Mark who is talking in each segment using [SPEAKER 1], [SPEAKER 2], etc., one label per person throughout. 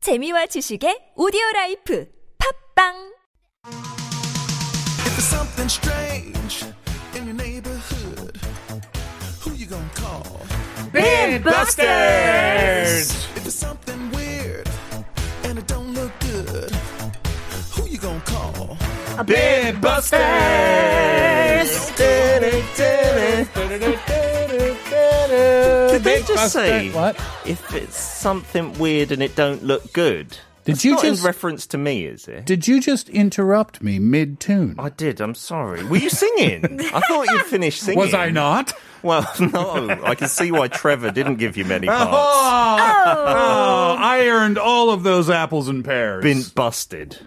[SPEAKER 1] 재미와 지식의 오디오 라이프 팝빵
[SPEAKER 2] If there's something strange in your neighborhood, who you gonna call?
[SPEAKER 3] Busters!
[SPEAKER 2] If it's something weird and it don't look good, who you gonna call?
[SPEAKER 3] Big Busters!
[SPEAKER 4] Did
[SPEAKER 3] Did
[SPEAKER 4] they just say
[SPEAKER 5] What?
[SPEAKER 4] if it's something weird and it don't look good?
[SPEAKER 5] Did
[SPEAKER 4] That's
[SPEAKER 5] you
[SPEAKER 4] not
[SPEAKER 5] just-
[SPEAKER 4] in reference to me? Is it?
[SPEAKER 5] Did you just interrupt me mid tune?
[SPEAKER 4] I did. I'm sorry. Were you singing? I thought you'd finished singing.
[SPEAKER 5] Was I not?
[SPEAKER 4] Well, no. I can see why Trevor didn't give you many
[SPEAKER 5] Oh,
[SPEAKER 4] parts.
[SPEAKER 5] Oh, I earned all of those apples and pears.
[SPEAKER 4] Been busted.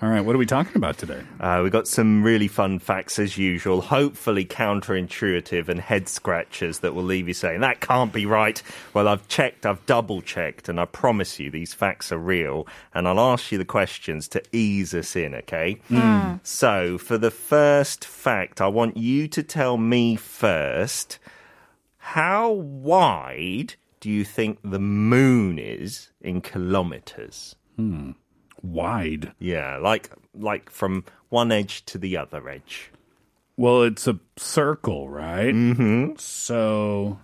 [SPEAKER 5] All right, what are we talking about today?
[SPEAKER 4] Uh, we got some really fun facts as usual, hopefully counterintuitive and head scratchers that will leave you saying, that can't be right. Well, I've checked, I've double checked, and I promise you these facts are real. And I'll ask you the questions to ease us in, okay? So, for the first fact, I want you to tell me first how wide do you think the moon is in kilometers?
[SPEAKER 5] Wide.
[SPEAKER 4] Yeah, like like from one edge to the other edge.
[SPEAKER 5] Well, it's a circle, right? Mm-hmm. So,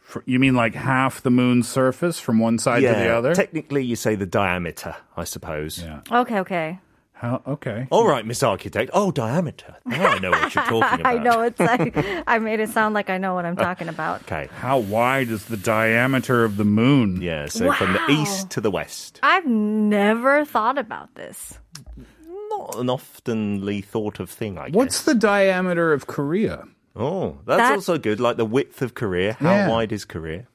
[SPEAKER 5] for, you mean like half the moon's surface from one side to the other?
[SPEAKER 4] Technically, you say the diameter, I suppose.
[SPEAKER 5] Yeah.
[SPEAKER 3] Okay, okay.
[SPEAKER 5] How, okay.
[SPEAKER 4] All right, Miss Architect. Oh, diameter. Now I know what you're talking about.
[SPEAKER 3] I know it's like I made it sound like I know what I'm talking about.
[SPEAKER 4] Okay.
[SPEAKER 5] How wide is the diameter of the moon?
[SPEAKER 4] Yeah. So from the east to the west.
[SPEAKER 3] I've never thought about this.
[SPEAKER 4] Not an oftenly thought of thing, I guess.
[SPEAKER 5] What's the diameter of Korea?
[SPEAKER 4] Oh, that's
[SPEAKER 3] That-
[SPEAKER 4] also good. Like the width of Korea. How
[SPEAKER 5] Yeah.
[SPEAKER 4] wide is Korea?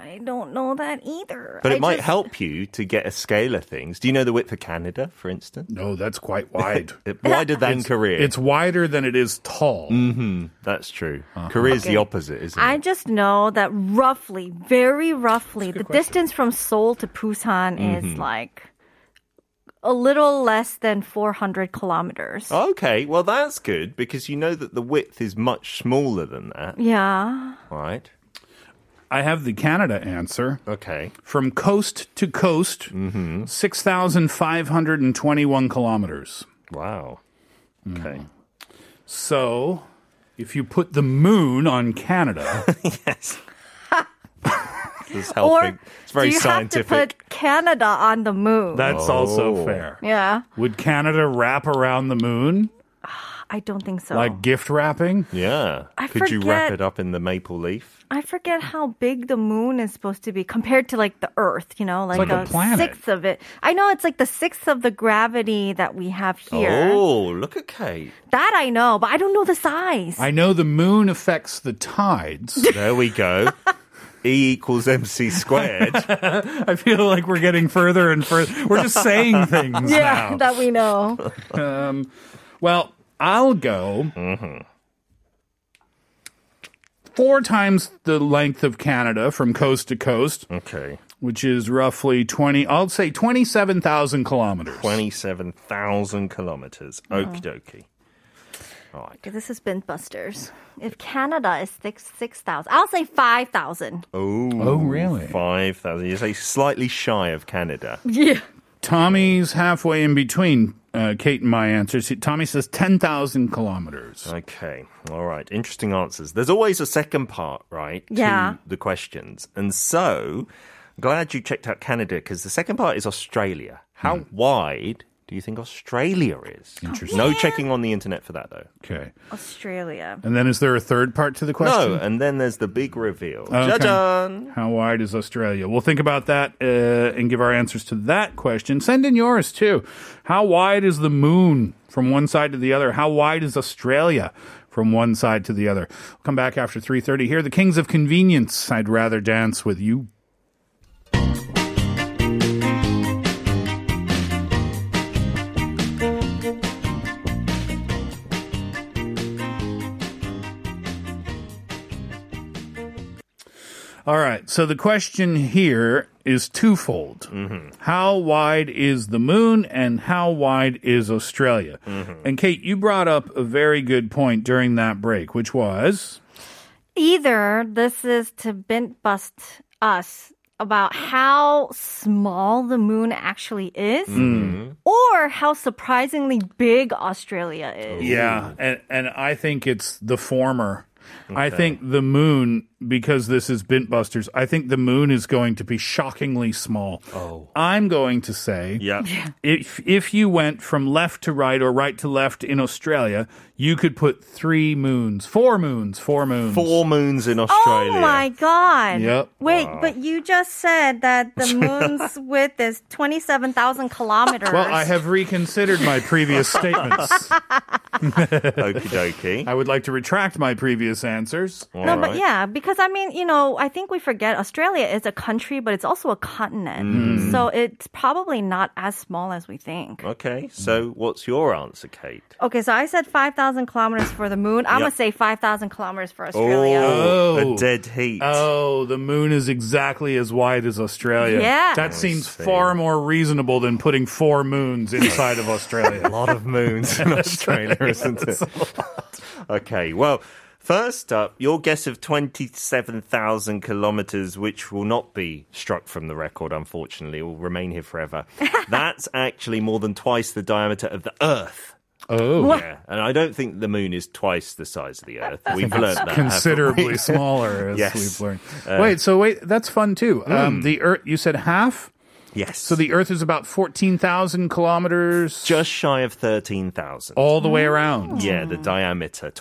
[SPEAKER 3] I don't know that either.
[SPEAKER 4] But it
[SPEAKER 3] I
[SPEAKER 4] might
[SPEAKER 3] just-
[SPEAKER 4] help you to get a scale of things. Do you know the width of Canada, for instance?
[SPEAKER 5] No, that's quite wide.
[SPEAKER 4] It- Wider than Korea.
[SPEAKER 5] it's wider than it is tall.
[SPEAKER 4] That's true.
[SPEAKER 5] Uh-huh.
[SPEAKER 4] Korea's the opposite, isn't it?
[SPEAKER 3] I just know that roughly, very roughly, the distance from Seoul to Busan is
[SPEAKER 4] Mm-hmm.
[SPEAKER 3] like a little less than 400
[SPEAKER 4] Oh.
[SPEAKER 3] kilometers.
[SPEAKER 4] Okay, well that's good because you know that the width is much smaller than that,
[SPEAKER 3] Yeah.
[SPEAKER 4] right?
[SPEAKER 5] I have the Canada answer.
[SPEAKER 4] Okay.
[SPEAKER 5] From coast to coast, 6,521 kilometers.
[SPEAKER 4] Wow.
[SPEAKER 3] Mm.
[SPEAKER 4] Okay.
[SPEAKER 5] So, if you put the moon on Canada,
[SPEAKER 4] yes. this is helping.
[SPEAKER 3] Or
[SPEAKER 4] it's very
[SPEAKER 3] do you
[SPEAKER 4] scientific.
[SPEAKER 3] have to put Canada on the moon?
[SPEAKER 5] that's also fair.
[SPEAKER 3] yeah.
[SPEAKER 5] Oh. Would Canada wrap around the moon
[SPEAKER 3] I don't think so.
[SPEAKER 5] like gift wrapping?
[SPEAKER 4] yeah.
[SPEAKER 3] I
[SPEAKER 4] Could you wrap
[SPEAKER 3] forget-
[SPEAKER 4] it up in the maple leaf?
[SPEAKER 3] I forget how big the moon is supposed to be compared to like the Earth, you know, like,
[SPEAKER 5] like a planet.
[SPEAKER 3] sixth of it. I know it's like the sixth of the gravity that we have here.
[SPEAKER 4] Oh, look at Kate.
[SPEAKER 3] That I know, but I don't know the size.
[SPEAKER 5] I know the moon affects the tides.
[SPEAKER 4] There we go. E equals MC squared.
[SPEAKER 5] I feel like we're getting further and further. We're just saying things
[SPEAKER 3] yeah,
[SPEAKER 5] now.
[SPEAKER 3] that we know.
[SPEAKER 5] Well, I'll go four times the length of Canada from coast to coast,
[SPEAKER 4] okay.
[SPEAKER 5] which is roughly 20, I'll say 27,000 kilometers.
[SPEAKER 4] 27,000 kilometres.
[SPEAKER 3] Oh.
[SPEAKER 4] Okie dokie. All right.
[SPEAKER 3] Okay, this has been Busters. If Canada is six six thousand, I'll say five thousand.
[SPEAKER 4] Oh,
[SPEAKER 5] Oh, really?
[SPEAKER 4] 5,000. You say slightly shy of Canada.
[SPEAKER 3] Yeah.
[SPEAKER 5] Tommy's halfway in between uh, Kate and my answers. Tommy says 10,000 kilometers.
[SPEAKER 4] Okay. All right. Interesting answers. There's always a second part, right?
[SPEAKER 3] Yeah.
[SPEAKER 4] To the questions. And so, glad you checked out Canada because the second part is Australia. How
[SPEAKER 5] Hmm.
[SPEAKER 4] wide do you think Australia is?
[SPEAKER 5] Oh,
[SPEAKER 4] Interesting. No checking on the internet for that, though.
[SPEAKER 5] Okay.
[SPEAKER 3] Australia.
[SPEAKER 5] And then is there a third part to the question? Oh,
[SPEAKER 4] No. And then there's the big reveal.
[SPEAKER 5] Okay.
[SPEAKER 4] Ja-jan!
[SPEAKER 5] How wide is Australia? We'll think about that uh, and give our answers to that question. Send in yours too. How wide is the moon from one side to the other? How wide is Australia from one side to the other? We'll come back after 3:30 here. The Kings of Convenience. I'd rather dance with you. All right. So the question here is twofold. How wide is the moon and how wide is Australia? And Kate, you brought up a very good point during that break, which was
[SPEAKER 3] Either this is to bent bust us about how small the moon actually is
[SPEAKER 5] Mm-hmm.
[SPEAKER 3] or how surprisingly big Australia is.
[SPEAKER 5] Yeah, and and I think it's the former. I think the moon, because this is Bintbusters, I think the moon is going to be shockingly small. Oh. I'm going to say
[SPEAKER 4] Yeah.
[SPEAKER 5] if if you went from left to right or right to left in Australia, you could put three moons, four moons, four moons.
[SPEAKER 4] Four moons in Australia.
[SPEAKER 3] Oh my god.
[SPEAKER 5] Yep.
[SPEAKER 3] Wait, but you just said that the moon's width is 27,000 kilometers.
[SPEAKER 5] Well, I have reconsidered my previous statements.
[SPEAKER 4] Okie dokie.
[SPEAKER 5] I would like to retract my previous answers.
[SPEAKER 3] No,
[SPEAKER 4] All right.
[SPEAKER 3] but yeah, because I mean, you know, I think we forget Australia is a country, but it's also a continent.
[SPEAKER 5] Mm-hmm.
[SPEAKER 3] So it's probably not as small as we think.
[SPEAKER 4] Okay, so what's your answer, Kate?
[SPEAKER 3] Okay, so I said 5,000 kilometers for the moon. I'm going
[SPEAKER 4] Yep.
[SPEAKER 3] to say 5,000 kilometers for Australia.
[SPEAKER 5] Oh.
[SPEAKER 4] the dead heat.
[SPEAKER 5] Oh, the moon is exactly as wide as Australia.
[SPEAKER 3] Yeah.
[SPEAKER 5] That seems
[SPEAKER 4] see.
[SPEAKER 5] far more reasonable than putting four moons inside of Australia.
[SPEAKER 4] A lot of moons in Australia, isn't it? Okay, well, first up, your guess of 27,000 kilometres, which will not be struck from the record, unfortunately, will remain here forever. That's actually more than twice the diameter of the Earth.
[SPEAKER 5] Oh.
[SPEAKER 4] Yeah, and I don't think the moon is twice the size of the Earth. We've learned that. haven't
[SPEAKER 5] Considerably smaller, as
[SPEAKER 4] Yes. Uh, Hmm.
[SPEAKER 5] we've learned. wait, so wait, that's fun too. Um, the Earth, you said half?
[SPEAKER 4] we? Yes.
[SPEAKER 5] So the Earth is about 14,000 kilometers
[SPEAKER 4] just shy of 13,000.
[SPEAKER 5] all the way around.
[SPEAKER 4] Yeah, the diameter,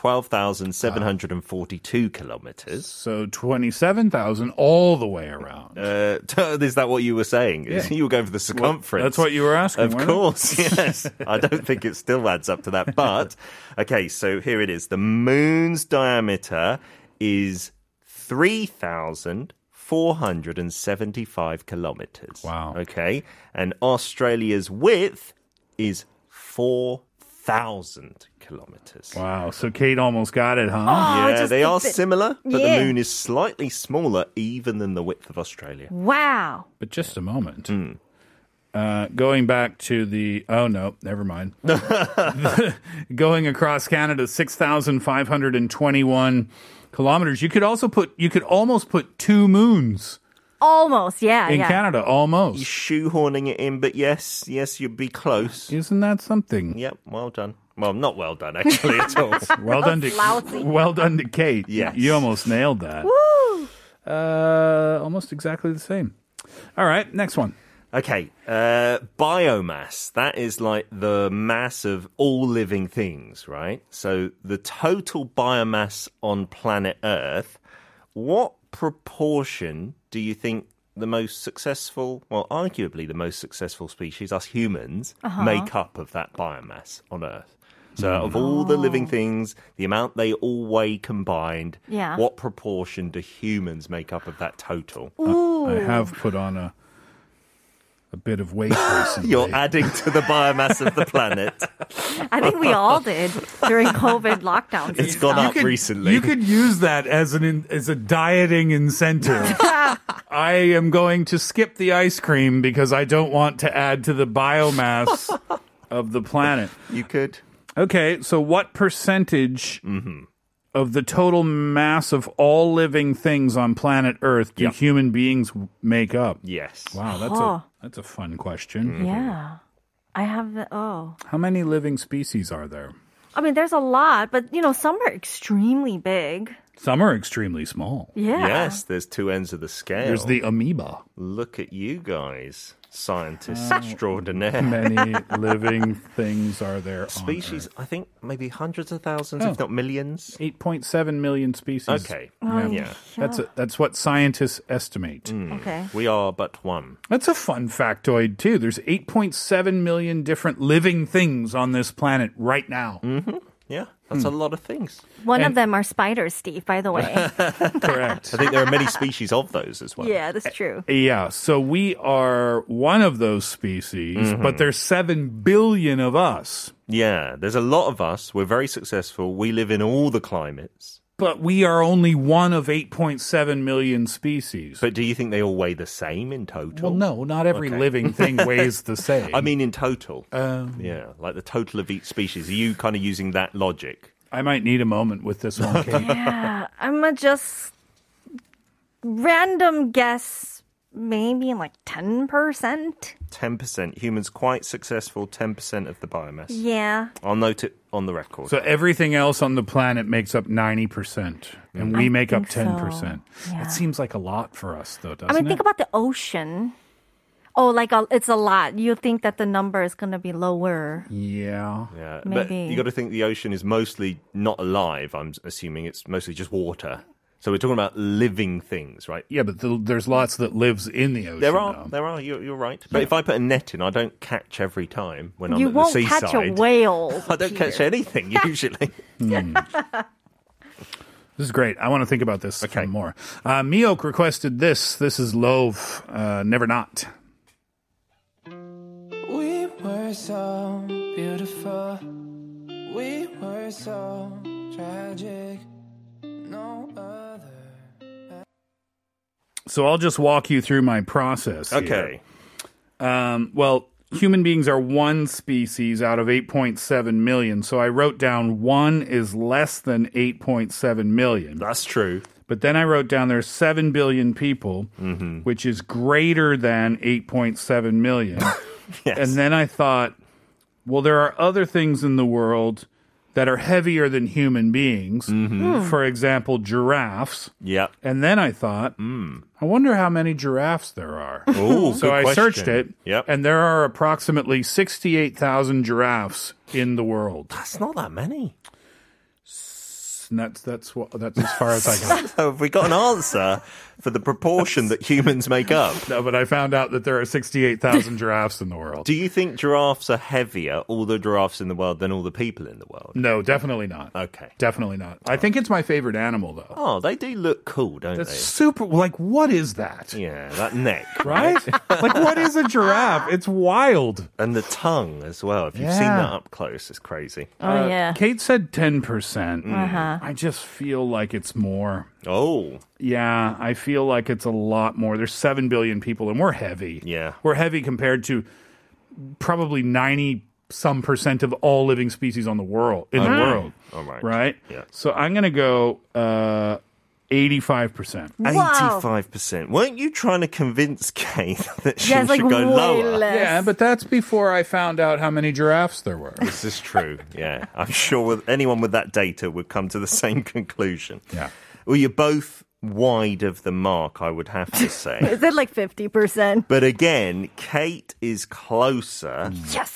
[SPEAKER 4] 12,742 kilometres.
[SPEAKER 5] So 27,000 all the way around.
[SPEAKER 4] Uh, is that what you were saying?
[SPEAKER 5] Yeah.
[SPEAKER 4] You were going for the circumference.
[SPEAKER 5] That's what you were asking.
[SPEAKER 4] Of
[SPEAKER 5] weren't it?
[SPEAKER 4] course, yes. I don't think it still adds up to that. But, okay, so here it is. The moon's diameter is 3,475 kilometres.
[SPEAKER 5] Wow.
[SPEAKER 4] Okay, and Australia's width is 4,000 kilometres.
[SPEAKER 5] Wow. So Kate almost got it, huh?
[SPEAKER 3] Oh,
[SPEAKER 4] Yeah,
[SPEAKER 3] just
[SPEAKER 4] they
[SPEAKER 3] a
[SPEAKER 4] are
[SPEAKER 3] bit-
[SPEAKER 4] similar, but the
[SPEAKER 3] Yeah.
[SPEAKER 4] moon is slightly smaller even than the width of Australia.
[SPEAKER 3] Wow.
[SPEAKER 5] But just a moment. Uh, going back to the oh no, never mind. going across Canada, six thousand five hundred and twenty-one kilometers. You could also put you could almost put two moons
[SPEAKER 3] Almost, yeah,
[SPEAKER 5] in
[SPEAKER 3] Ah, yeah.
[SPEAKER 5] Canada. Almost,
[SPEAKER 4] Shoehorning it in, but yes, yes, you'd be close.
[SPEAKER 5] isn't that something?
[SPEAKER 4] Yep, well done. Well, not well done, actually, at all.
[SPEAKER 5] Well done to
[SPEAKER 3] Lousy.
[SPEAKER 5] well done to Kate.
[SPEAKER 4] Yes.
[SPEAKER 5] you almost nailed that.
[SPEAKER 3] Woo!
[SPEAKER 5] Uh, almost exactly the same. All right, next one.
[SPEAKER 4] Okay, uh, biomass. That is like the mass of all living things, right? So the total biomass on planet Earth, what proportion do you think the most successful, well, arguably the most successful species, us humans, make up of that biomass on Earth? So, of all the living things, the amount they all weigh combined,
[SPEAKER 3] Yeah.
[SPEAKER 4] what proportion do humans make up of that total?
[SPEAKER 5] I have put on a a bit of weight recently.
[SPEAKER 4] You're adding to the biomass of the planet.
[SPEAKER 3] I think we all did during COVID lockdowns.
[SPEAKER 4] It's gone up recently.
[SPEAKER 5] You could use that as an in, as a dieting incentive. I am going to skip the ice cream because I don't want to add to the biomass of the planet.
[SPEAKER 4] You could.
[SPEAKER 5] Okay, so what percentage of the total mass of all living things on planet Earth do human beings make up?
[SPEAKER 4] Yes.
[SPEAKER 5] Wow, that's
[SPEAKER 3] Oh.
[SPEAKER 5] a that's a fun
[SPEAKER 3] Mm-hmm.
[SPEAKER 5] question.
[SPEAKER 3] Yeah. I have the, oh.
[SPEAKER 5] How many living species are there?
[SPEAKER 3] I mean, there's a lot, but you know, some are extremely big.
[SPEAKER 5] Some are extremely small.
[SPEAKER 3] Yeah.
[SPEAKER 4] Yes, there's two ends of the scale.
[SPEAKER 5] There's the amoeba.
[SPEAKER 4] Look at you guys, scientists
[SPEAKER 5] Oh.
[SPEAKER 4] extraordinaire.
[SPEAKER 5] many living things are there on
[SPEAKER 4] Species,
[SPEAKER 5] Earth?
[SPEAKER 4] I think maybe hundreds of thousands, if
[SPEAKER 5] Oh.
[SPEAKER 4] not millions.
[SPEAKER 5] 8.7 million species.
[SPEAKER 4] Okay.
[SPEAKER 5] Yeah.
[SPEAKER 4] Yeah.
[SPEAKER 5] That's a, that's what scientists estimate.
[SPEAKER 4] Mm.
[SPEAKER 3] Okay.
[SPEAKER 4] We are but one.
[SPEAKER 5] That's a fun factoid too. There's 8.7 million different living things on this planet right now.
[SPEAKER 4] Mm. Yeah, that's a
[SPEAKER 5] Hmm.
[SPEAKER 4] lot of things.
[SPEAKER 3] One of them are spiders, Steve, by the way.
[SPEAKER 5] Correct.
[SPEAKER 4] I think there are many species of those as well.
[SPEAKER 3] yeah, that's true.
[SPEAKER 5] Yeah, so we are one of those species,
[SPEAKER 4] Mm-hmm.
[SPEAKER 5] but there's 7 billion of us.
[SPEAKER 4] Yeah, there's a lot of us. We're very successful. We live in all the climates.
[SPEAKER 5] But we are only one of 8.7 million species.
[SPEAKER 4] But do you think they all weigh the same in total?
[SPEAKER 5] well, no, not every living thing weighs the same.
[SPEAKER 4] I mean, in total. yeah, like the total of each species. Are you kind of using that logic?
[SPEAKER 5] I might need a moment with this one, Kate.
[SPEAKER 3] I'm gonna just random guess maybe like 10%.
[SPEAKER 4] 10%. Humans quite successful, 10% of the biomass.
[SPEAKER 3] Yeah.
[SPEAKER 4] I'll note it on the record.
[SPEAKER 5] So everything else on the planet makes up 90%, and we make up
[SPEAKER 3] think so.
[SPEAKER 5] 10%.
[SPEAKER 3] Yeah.
[SPEAKER 5] That seems like a lot for us, though, doesn't
[SPEAKER 3] I mean,
[SPEAKER 5] it?
[SPEAKER 3] think about the ocean. Oh, like a, it's a lot. You think that the number is going to be lower.
[SPEAKER 5] yeah.
[SPEAKER 4] yeah. But
[SPEAKER 3] maybe.
[SPEAKER 4] you got to think the ocean is mostly not alive. I'm assuming it's mostly just water. So we're talking about living things, right?
[SPEAKER 5] Yeah, but th there's lots that lives in the ocean.
[SPEAKER 4] There are,
[SPEAKER 5] though.
[SPEAKER 4] there are. You're, you're right. But if I put a net in, I don't catch every time when I'm
[SPEAKER 3] you
[SPEAKER 4] at
[SPEAKER 3] won't
[SPEAKER 4] the seaside.
[SPEAKER 3] catch a whale.
[SPEAKER 4] I don't catch
[SPEAKER 3] here.
[SPEAKER 4] anything usually.
[SPEAKER 5] This is great. I want to think about this
[SPEAKER 4] Okay.
[SPEAKER 5] some more. Uh, Miok requested this. This is Loaf, uh, Never Not.
[SPEAKER 2] We were so beautiful. We were so tragic. No other.
[SPEAKER 5] So I'll just walk you through my process. here.
[SPEAKER 4] Okay.
[SPEAKER 5] Um, well, human beings are one species out of 8.7 million. So I wrote down one is less than 8.7 million.
[SPEAKER 4] That's true.
[SPEAKER 5] But then I wrote down there's 7 billion people,
[SPEAKER 4] Mm-hmm.
[SPEAKER 5] which is greater than 8.7 million.
[SPEAKER 4] Yes.
[SPEAKER 5] And then I thought, well, there are other things in the world that are heavier than human beings.
[SPEAKER 4] Mm-hmm.
[SPEAKER 5] For example, giraffes.
[SPEAKER 4] Yep.
[SPEAKER 5] And then I thought, I wonder how many giraffes there are.
[SPEAKER 4] Ooh,
[SPEAKER 5] so
[SPEAKER 4] Hmm. Oh, good
[SPEAKER 5] I
[SPEAKER 4] question.
[SPEAKER 5] searched it,
[SPEAKER 4] Yep.
[SPEAKER 5] and there are approximately 68,000 giraffes in the world.
[SPEAKER 4] that's not that many.
[SPEAKER 5] And that's, that's, what, that's as far as I got.
[SPEAKER 4] So have we got an answer for the proportion that humans make up?
[SPEAKER 5] No, but I found out that there are 68,000 giraffes in the world.
[SPEAKER 4] Do you think giraffes are heavier, all the giraffes in the world, than all the people in the world?
[SPEAKER 5] No, definitely not.
[SPEAKER 4] Okay.
[SPEAKER 5] Definitely not. I think it's my favorite animal, though.
[SPEAKER 4] Oh, they do look cool, don't
[SPEAKER 5] That's super. Like, what is that?
[SPEAKER 4] they? Yeah, that neck.
[SPEAKER 5] Right? like, what is a giraffe? It's wild.
[SPEAKER 4] And the tongue as well. If you've seen
[SPEAKER 5] Yeah.
[SPEAKER 4] that up close, it's crazy.
[SPEAKER 3] Oh, yeah.
[SPEAKER 5] Kate said 10%. I just feel like it's more.
[SPEAKER 4] Oh,
[SPEAKER 5] Yeah, I feel like it's a lot more. There's 7 billion people, and we're heavy.
[SPEAKER 4] Yeah.
[SPEAKER 5] We're heavy compared to probably 90 some percent of all living species on the world in the world.
[SPEAKER 4] All right.
[SPEAKER 5] Right?
[SPEAKER 4] Oh, Yeah.
[SPEAKER 5] So I'm going to go uh, 85%.
[SPEAKER 3] Wow.
[SPEAKER 4] 85%. Weren't you trying to convince Kate that she
[SPEAKER 3] Yeah, it's
[SPEAKER 4] should
[SPEAKER 3] like way
[SPEAKER 4] go lower?
[SPEAKER 3] less.
[SPEAKER 5] Yeah, but that's before I found out how many giraffes there were.
[SPEAKER 4] This is true. Yeah. I'm sure with anyone with that data would come to the same conclusion.
[SPEAKER 5] Yeah.
[SPEAKER 4] Well, you're both wide of the mark, I would have to say.
[SPEAKER 3] Is it like 50%?
[SPEAKER 4] but again, Kate is closer.
[SPEAKER 3] Yes.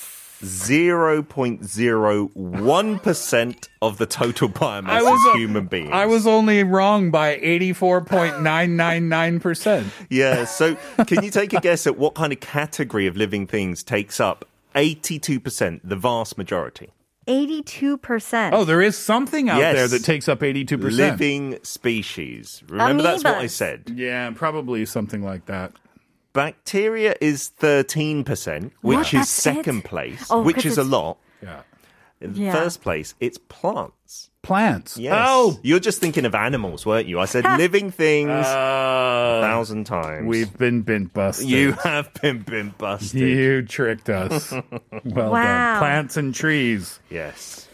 [SPEAKER 4] 0.01% of the total biomass
[SPEAKER 5] I was
[SPEAKER 4] is
[SPEAKER 5] a-
[SPEAKER 4] human beings.
[SPEAKER 5] I was only wrong by 84.999%.
[SPEAKER 4] Yeah. So, can you take a guess at what kind of category of living things takes up 82%, the vast majority?
[SPEAKER 3] 82%.
[SPEAKER 5] oh, there is something out
[SPEAKER 4] Yes.
[SPEAKER 5] there that takes up 82%.
[SPEAKER 4] Living species. Remember, that's what I
[SPEAKER 3] Amoebas.
[SPEAKER 4] said.
[SPEAKER 5] Yeah, probably something like that.
[SPEAKER 4] Bacteria is 13%, which
[SPEAKER 3] What?
[SPEAKER 4] is
[SPEAKER 3] That's
[SPEAKER 4] second
[SPEAKER 3] it?
[SPEAKER 4] place,
[SPEAKER 3] Oh,
[SPEAKER 4] which
[SPEAKER 3] 'cause
[SPEAKER 4] is a
[SPEAKER 3] it's-
[SPEAKER 4] lot.
[SPEAKER 5] Yeah.
[SPEAKER 4] In
[SPEAKER 3] Yeah.
[SPEAKER 4] first place, it's plants.
[SPEAKER 5] Plants.
[SPEAKER 4] Yes.
[SPEAKER 5] Oh,
[SPEAKER 4] You're just thinking of animals, weren't you? I said living things a thousand times.
[SPEAKER 5] we've been bint busted.
[SPEAKER 4] Uh, you have been been busted.
[SPEAKER 5] You tricked us. well done.
[SPEAKER 3] Wow.
[SPEAKER 5] Plants and trees.
[SPEAKER 4] Yes.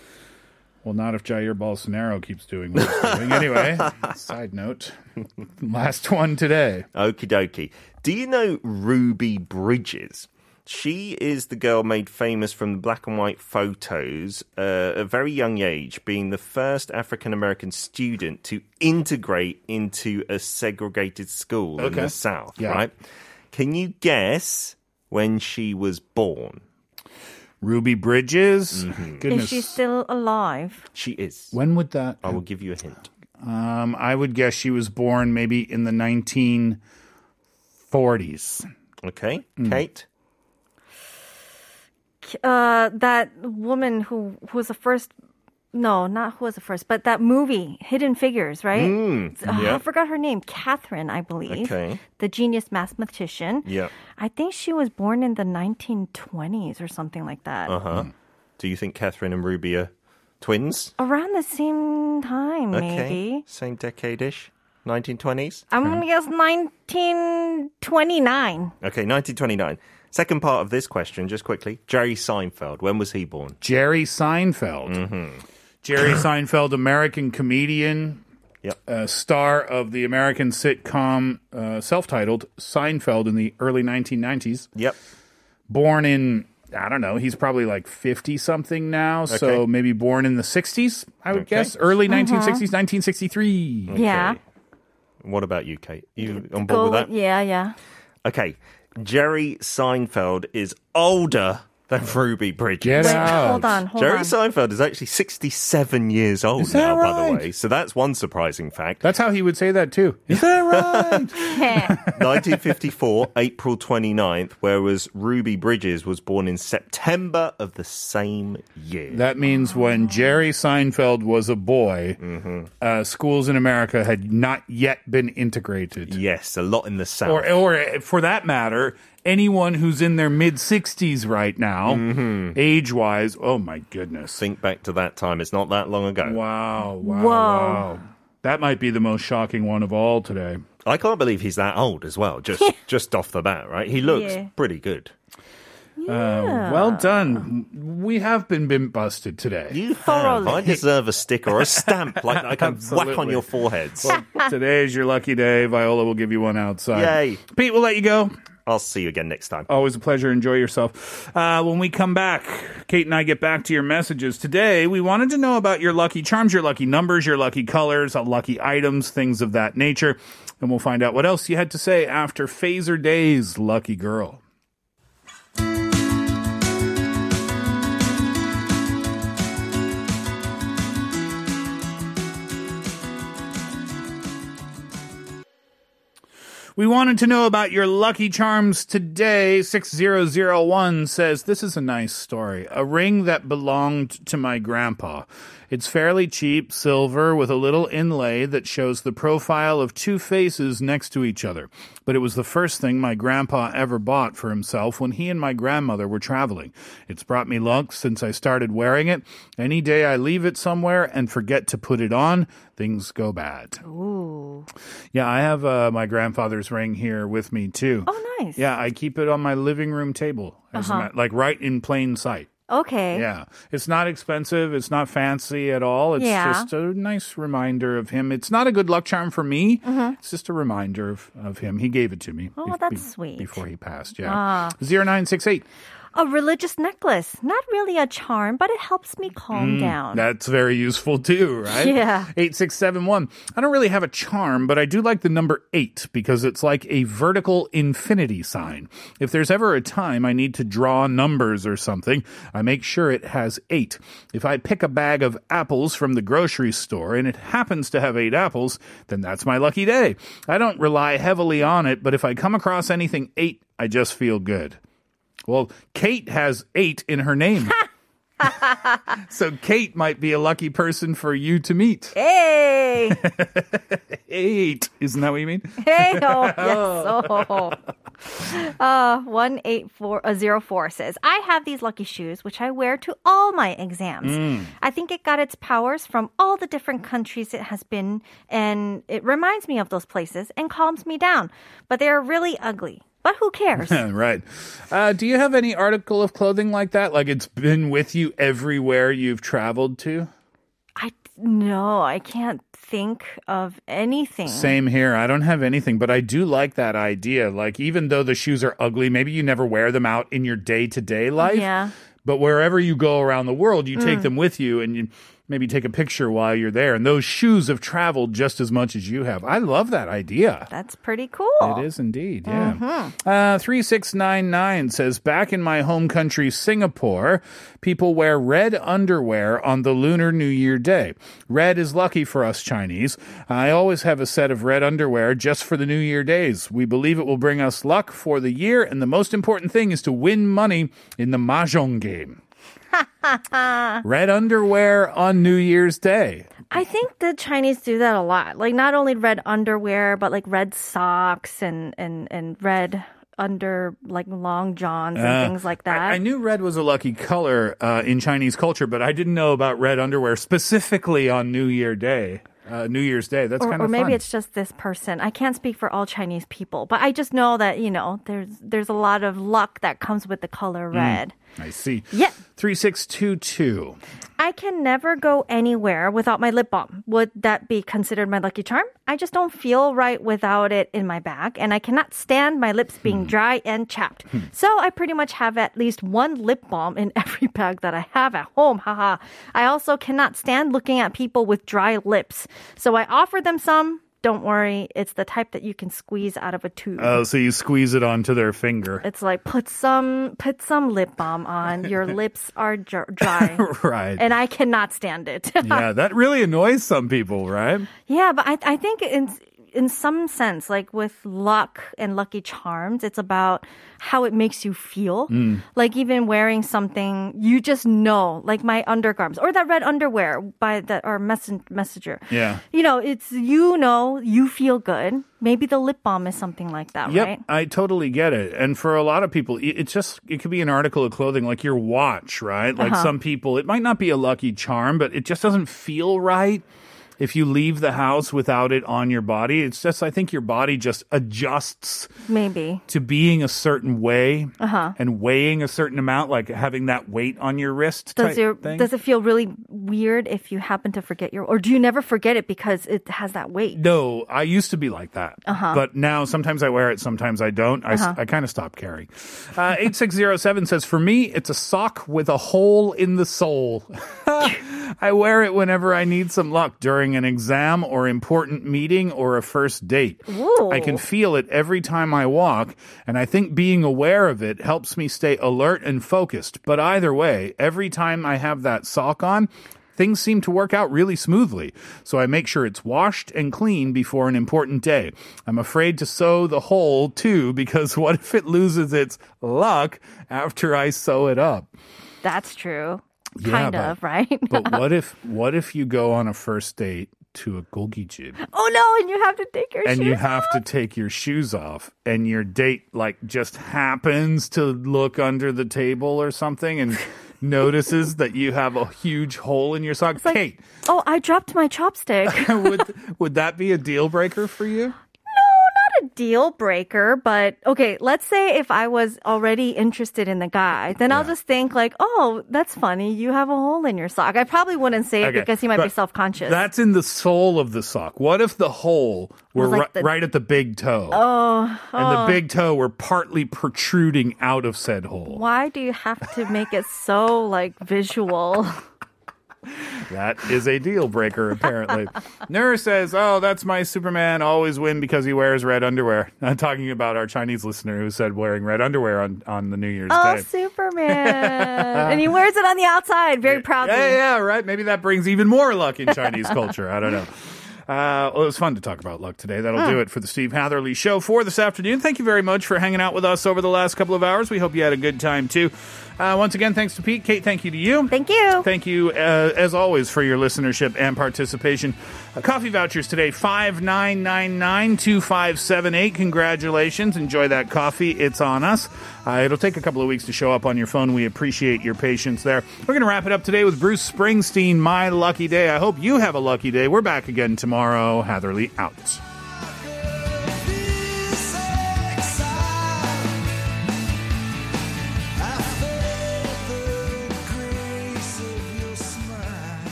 [SPEAKER 5] Well, not if Jair Bolsonaro keeps doing what he's doing. Anyway, side note. Last one today.
[SPEAKER 4] Okie dokie. Do you know Ruby Bridges? She is the girl made famous from the black and white photos uh, at a very young age, being the first African American student to integrate into a segregated school in
[SPEAKER 5] Okay.
[SPEAKER 4] the South,
[SPEAKER 5] Yeah.
[SPEAKER 4] right? Can you guess when she was born?
[SPEAKER 5] Ruby Bridges. Mm-hmm. Goodness.
[SPEAKER 3] Is she still alive?
[SPEAKER 4] She is.
[SPEAKER 5] when would that?
[SPEAKER 4] I will give you a hint.
[SPEAKER 5] Um, I would guess she was born maybe in the 1940s.
[SPEAKER 4] Okay,
[SPEAKER 5] Hmm.
[SPEAKER 4] Kate?
[SPEAKER 3] Uh, that woman who, who was the first. No, not who was the first, but that movie, Hidden Figures, right? Uh,
[SPEAKER 4] yeah.
[SPEAKER 3] I forgot her name. Catherine, I believe.
[SPEAKER 4] Mm, Okay.
[SPEAKER 3] The genius mathematician.
[SPEAKER 4] Yeah.
[SPEAKER 3] I think she was born in the 1920s or something like that.
[SPEAKER 4] Huh? Do you think Catherine and Ruby are twins?
[SPEAKER 3] Around the same time, maybe.
[SPEAKER 4] Same decade ish? 1920s?
[SPEAKER 3] I'm going to guess 1929.
[SPEAKER 4] Okay, 1929. Second part of this question, just quickly. Jerry Seinfeld, when was he born?
[SPEAKER 5] Mm-hmm. Jerry Seinfeld. Jerry Seinfeld, American comedian,
[SPEAKER 4] Yep.
[SPEAKER 5] uh, star of the American sitcom uh, self titled Seinfeld in the early 1990s.
[SPEAKER 4] Yep.
[SPEAKER 5] Born in, I don't know, he's probably like 50 something now. So
[SPEAKER 4] Okay.
[SPEAKER 5] maybe born in the 60s, I would
[SPEAKER 4] Okay.
[SPEAKER 5] guess. Early 1960s, 1963.
[SPEAKER 3] Yeah.
[SPEAKER 4] Okay. What about you, Kate? You on board
[SPEAKER 3] Go
[SPEAKER 4] with that?
[SPEAKER 3] with, yeah, yeah.
[SPEAKER 4] Okay. Jerry Seinfeld is older than Ruby Bridges.
[SPEAKER 5] Get
[SPEAKER 3] Wait,
[SPEAKER 5] out.
[SPEAKER 3] hold on, hold
[SPEAKER 4] Jerry
[SPEAKER 3] on.
[SPEAKER 4] Seinfeld is actually 67 years old
[SPEAKER 5] that
[SPEAKER 4] now, by the
[SPEAKER 5] right?
[SPEAKER 4] way. So that's one surprising fact.
[SPEAKER 5] That's how he would say that too. Is that right?
[SPEAKER 4] 1954, April 29th, whereas Ruby Bridges was born in September of the same year.
[SPEAKER 5] that means when Jerry Seinfeld was a boy, uh, schools in America had not yet been integrated.
[SPEAKER 4] yes, a lot in the South.
[SPEAKER 5] or or for that matter, anyone who's in their mid sixties right now, age wise. Oh my goodness!
[SPEAKER 4] Mm-hmm. Think back to that time. It's not that long ago.
[SPEAKER 5] Wow! Wow!
[SPEAKER 3] Whoa.
[SPEAKER 5] Wow! That might be the most shocking one of all today.
[SPEAKER 4] I can't believe he's that old as well, just just off the bat, right? He looks
[SPEAKER 3] Yeah.
[SPEAKER 4] pretty good.
[SPEAKER 5] Uh, well done. We have been been busted today.
[SPEAKER 4] You have. I
[SPEAKER 3] Thoroughly.
[SPEAKER 4] deserve a sticker or a stamp like that I can whack on
[SPEAKER 5] Absolutely.
[SPEAKER 4] your foreheads.
[SPEAKER 5] today is your lucky day. Viola will give you one outside.
[SPEAKER 4] Yay.
[SPEAKER 5] Pete, we'll let you go.
[SPEAKER 4] I'll see you again next time.
[SPEAKER 5] Always a pleasure. Enjoy yourself. Uh, when we come back, Kate and I get back to your messages. Today, we wanted to know about your lucky charms, your lucky numbers, your lucky colors, uh, lucky items, things of that nature. And we'll find out what else you had to say after Phaser Day's Lucky Girl. We wanted to know about your lucky charms today. 6001 says, This is a nice story. A ring that belonged to my grandpa. It's fairly cheap, silver, with a little inlay that shows the profile of two faces next to each other. But it was the first thing my grandpa ever bought for himself when he and my grandmother were traveling. It's brought me luck since I started wearing it. Any day I leave it somewhere and forget to put it on, things go bad. Yeah, I have uh, my grandfather's ring here with me too.
[SPEAKER 3] Oh, nice. Uh-huh.
[SPEAKER 5] Yeah, I keep it on my living room table, as a ma- like right in plain sight.
[SPEAKER 3] Okay.
[SPEAKER 5] Yeah, it's not expensive. It's not fancy at all. It's
[SPEAKER 3] Yeah.
[SPEAKER 5] just a nice reminder of him. It's not a good luck charm for me. It's just a reminder of, of him. He gave it to me.
[SPEAKER 3] Mm-hmm. Oh, that's sweet. Ah.
[SPEAKER 5] Before he passed, yeah. Zero nine six eight.
[SPEAKER 3] A religious necklace. Not really a charm, but it helps me calm down.
[SPEAKER 5] That's very useful too, right?
[SPEAKER 3] Yeah.
[SPEAKER 5] 8671. I don't really have a charm, but I do like the number eight because it's like a vertical infinity sign. If there's ever a time I need to draw numbers or something, I make sure it has eight. If I pick a bag of apples from the grocery store and it happens to have eight apples, then that's my lucky day. I don't rely heavily on it, but if I come across anything eight, I just feel good. Well, Kate has eight in her name. So Kate might be a lucky person for you to meet.
[SPEAKER 3] Eh. Hey!
[SPEAKER 5] Eight, isn't that what you mean?
[SPEAKER 3] Hey, oh, yes, oh. Uh, 18404 uh, zero four says, I have these lucky shoes which I wear to all my exams.
[SPEAKER 5] Mm.
[SPEAKER 3] I think it got its powers from all the different countries it has been, and it reminds me of those places and calms me down. But they are really ugly. But who cares?
[SPEAKER 5] Yeah, right. Uh, do you have any article of clothing like that? Like it's been with you everywhere you've traveled to?
[SPEAKER 3] I no, I can't think of anything.
[SPEAKER 5] Same here. I don't have anything, but I do like that idea. Like even though the shoes are ugly, maybe you never wear them out in your day to day life.
[SPEAKER 3] Yeah.
[SPEAKER 5] But wherever you go around the world, you take them with you and you maybe take a picture while you're there. And those shoes have traveled just as much as you have. I love that idea.
[SPEAKER 3] That's pretty cool.
[SPEAKER 5] It is indeed, yeah. Uh, 3699 says Back in my home country, Singapore, people wear red underwear on the Lunar New Year day. Red is lucky for us Chinese. I always have a set of red underwear just for the New Year days. We believe it will bring us luck for the year, and the most important thing is to win money in the Mahjong game. red underwear on New Year's Day.
[SPEAKER 3] I think the Chinese do that a lot. Like not only red underwear, but like red socks and and and red under like long johns and things like that.
[SPEAKER 5] Ah. I, I knew red was a lucky color uh, in Chinese culture, but I didn't know about red underwear specifically on New Year Day. Uh, New Year's Day. That's
[SPEAKER 3] or,
[SPEAKER 5] kind
[SPEAKER 3] or
[SPEAKER 5] of fun.
[SPEAKER 3] maybe it's just this person. I can't speak for all Chinese people, but I just
[SPEAKER 5] Mm.
[SPEAKER 3] know that you know there's there's a lot of luck that comes with the color red.
[SPEAKER 5] I see.
[SPEAKER 3] Yeah.
[SPEAKER 5] 3622.
[SPEAKER 3] I can never go anywhere without my lip balm. Would that be considered my lucky charm? I just don't feel right without it in my bag, and I cannot stand my lips being
[SPEAKER 5] Hmm.
[SPEAKER 3] dry and chapped. So I pretty much have at least one lip balm in every bag that I have at home. Haha. I also cannot stand looking at people with dry lips. So I offer them some. Don't worry, it's the type that you can squeeze out of a tube.
[SPEAKER 5] Oh, so you squeeze it onto their finger.
[SPEAKER 3] it's like put some put some lip balm on. Your lips are dr- dry.
[SPEAKER 5] right.
[SPEAKER 3] and uh, I cannot stand it.
[SPEAKER 5] yeah, that really annoys some people, right?
[SPEAKER 3] yeah, but I, I think in in some sense, like with luck and lucky charms, it's about how it makes you feel.
[SPEAKER 5] Mm.
[SPEAKER 3] Like even wearing something, you just know, like my undergarments or that red underwear by that or messen- messenger.
[SPEAKER 5] Yeah.
[SPEAKER 3] you know, it's you know you feel good. Maybe the lip balm is something like that,
[SPEAKER 5] Yep,
[SPEAKER 3] right?
[SPEAKER 5] I totally get it. And for a lot of people, i- it's just it could be an article of clothing, like your watch, right? Like
[SPEAKER 3] Uh-huh.
[SPEAKER 5] some people, it might not be a lucky charm, but it just doesn't feel right if you leave the house without it on your body. It's just I think your body just adjusts
[SPEAKER 3] Maybe.
[SPEAKER 5] to being a certain way
[SPEAKER 3] Uh-huh.
[SPEAKER 5] and weighing a certain amount, like having that weight on your wrist.
[SPEAKER 3] Does
[SPEAKER 5] type
[SPEAKER 3] your
[SPEAKER 5] thing.
[SPEAKER 3] does it feel really weird if you happen to forget your or do you never forget it because it has that weight?
[SPEAKER 5] No, I used to be like that. But now sometimes I wear it, sometimes I don't. I, kind of stopped caring. Uh, 8607 says, For me, it's a sock with a hole in the sole. I wear it whenever I need some luck during an exam or important meeting or a first date.
[SPEAKER 3] Ooh.
[SPEAKER 5] I can feel it every time I walk, and I think being aware of it helps me stay alert and focused. But either way, every time I have that sock on, things seem to work out really smoothly. So I make sure it's washed and clean before an important day. I'm afraid to sew the hole too, because what if it loses its luck after I sew it up?
[SPEAKER 3] That's true.
[SPEAKER 5] Yeah,
[SPEAKER 3] kind
[SPEAKER 5] but-
[SPEAKER 3] of, right?
[SPEAKER 5] But what if what if you go on a first date to a gulgijib
[SPEAKER 3] oh no, and you have to take your
[SPEAKER 5] and
[SPEAKER 3] shoes
[SPEAKER 5] you have to take your shoes off and your date like just happens to look under the table or something and notices that you have a huge hole in your sock?
[SPEAKER 3] like-
[SPEAKER 5] Kate,
[SPEAKER 3] Oh, I dropped my chopstick.
[SPEAKER 5] would would that be a deal breaker for you?
[SPEAKER 3] a deal breaker, but okay, let's say if I was already interested in the guy, then I'll just think like, "Oh, that's funny. You have a hole in your sock." I probably wouldn't say it
[SPEAKER 5] Okay,
[SPEAKER 3] because he might be
[SPEAKER 5] but
[SPEAKER 3] self-conscious.
[SPEAKER 5] That's in the sole of the sock. What if the hole were
[SPEAKER 3] Was like
[SPEAKER 5] ri-
[SPEAKER 3] the-
[SPEAKER 5] right at the big toe? Oh, and the big toe were partly protruding out of said hole.
[SPEAKER 3] Why do you have to make it so like visual?
[SPEAKER 5] That is a deal breaker, apparently. Nur says, Oh, that's my Superman. Always win because he wears red underwear. I'm talking about our Chinese listener who said wearing red underwear on, on the New Year's
[SPEAKER 3] oh,
[SPEAKER 5] Day.
[SPEAKER 3] Superman. and he wears it on the outside very proudly.
[SPEAKER 5] Yeah, yeah, right. Maybe that brings even more luck in Chinese culture. I don't know. Uh, well, it was fun to talk about luck today. That'll do it for the Steve Hatherley Show for this afternoon. Thank you very much for hanging out with us over the last couple of hours. We hope you had a good time, too. Uh, once again, thanks to Pete. Kate, thank you to you.
[SPEAKER 3] Thank you.
[SPEAKER 5] Thank you, uh, as always, for your listenership and participation. Uh, coffee vouchers today, 59992578. Congratulations. Enjoy that coffee. It's on us. Uh, it'll take a couple of weeks to show up on your phone. We appreciate your patience there. We're going to wrap it up today with Bruce Springsteen, My Lucky Day. I hope you have a lucky day. We're back again tomorrow. Hatherley out.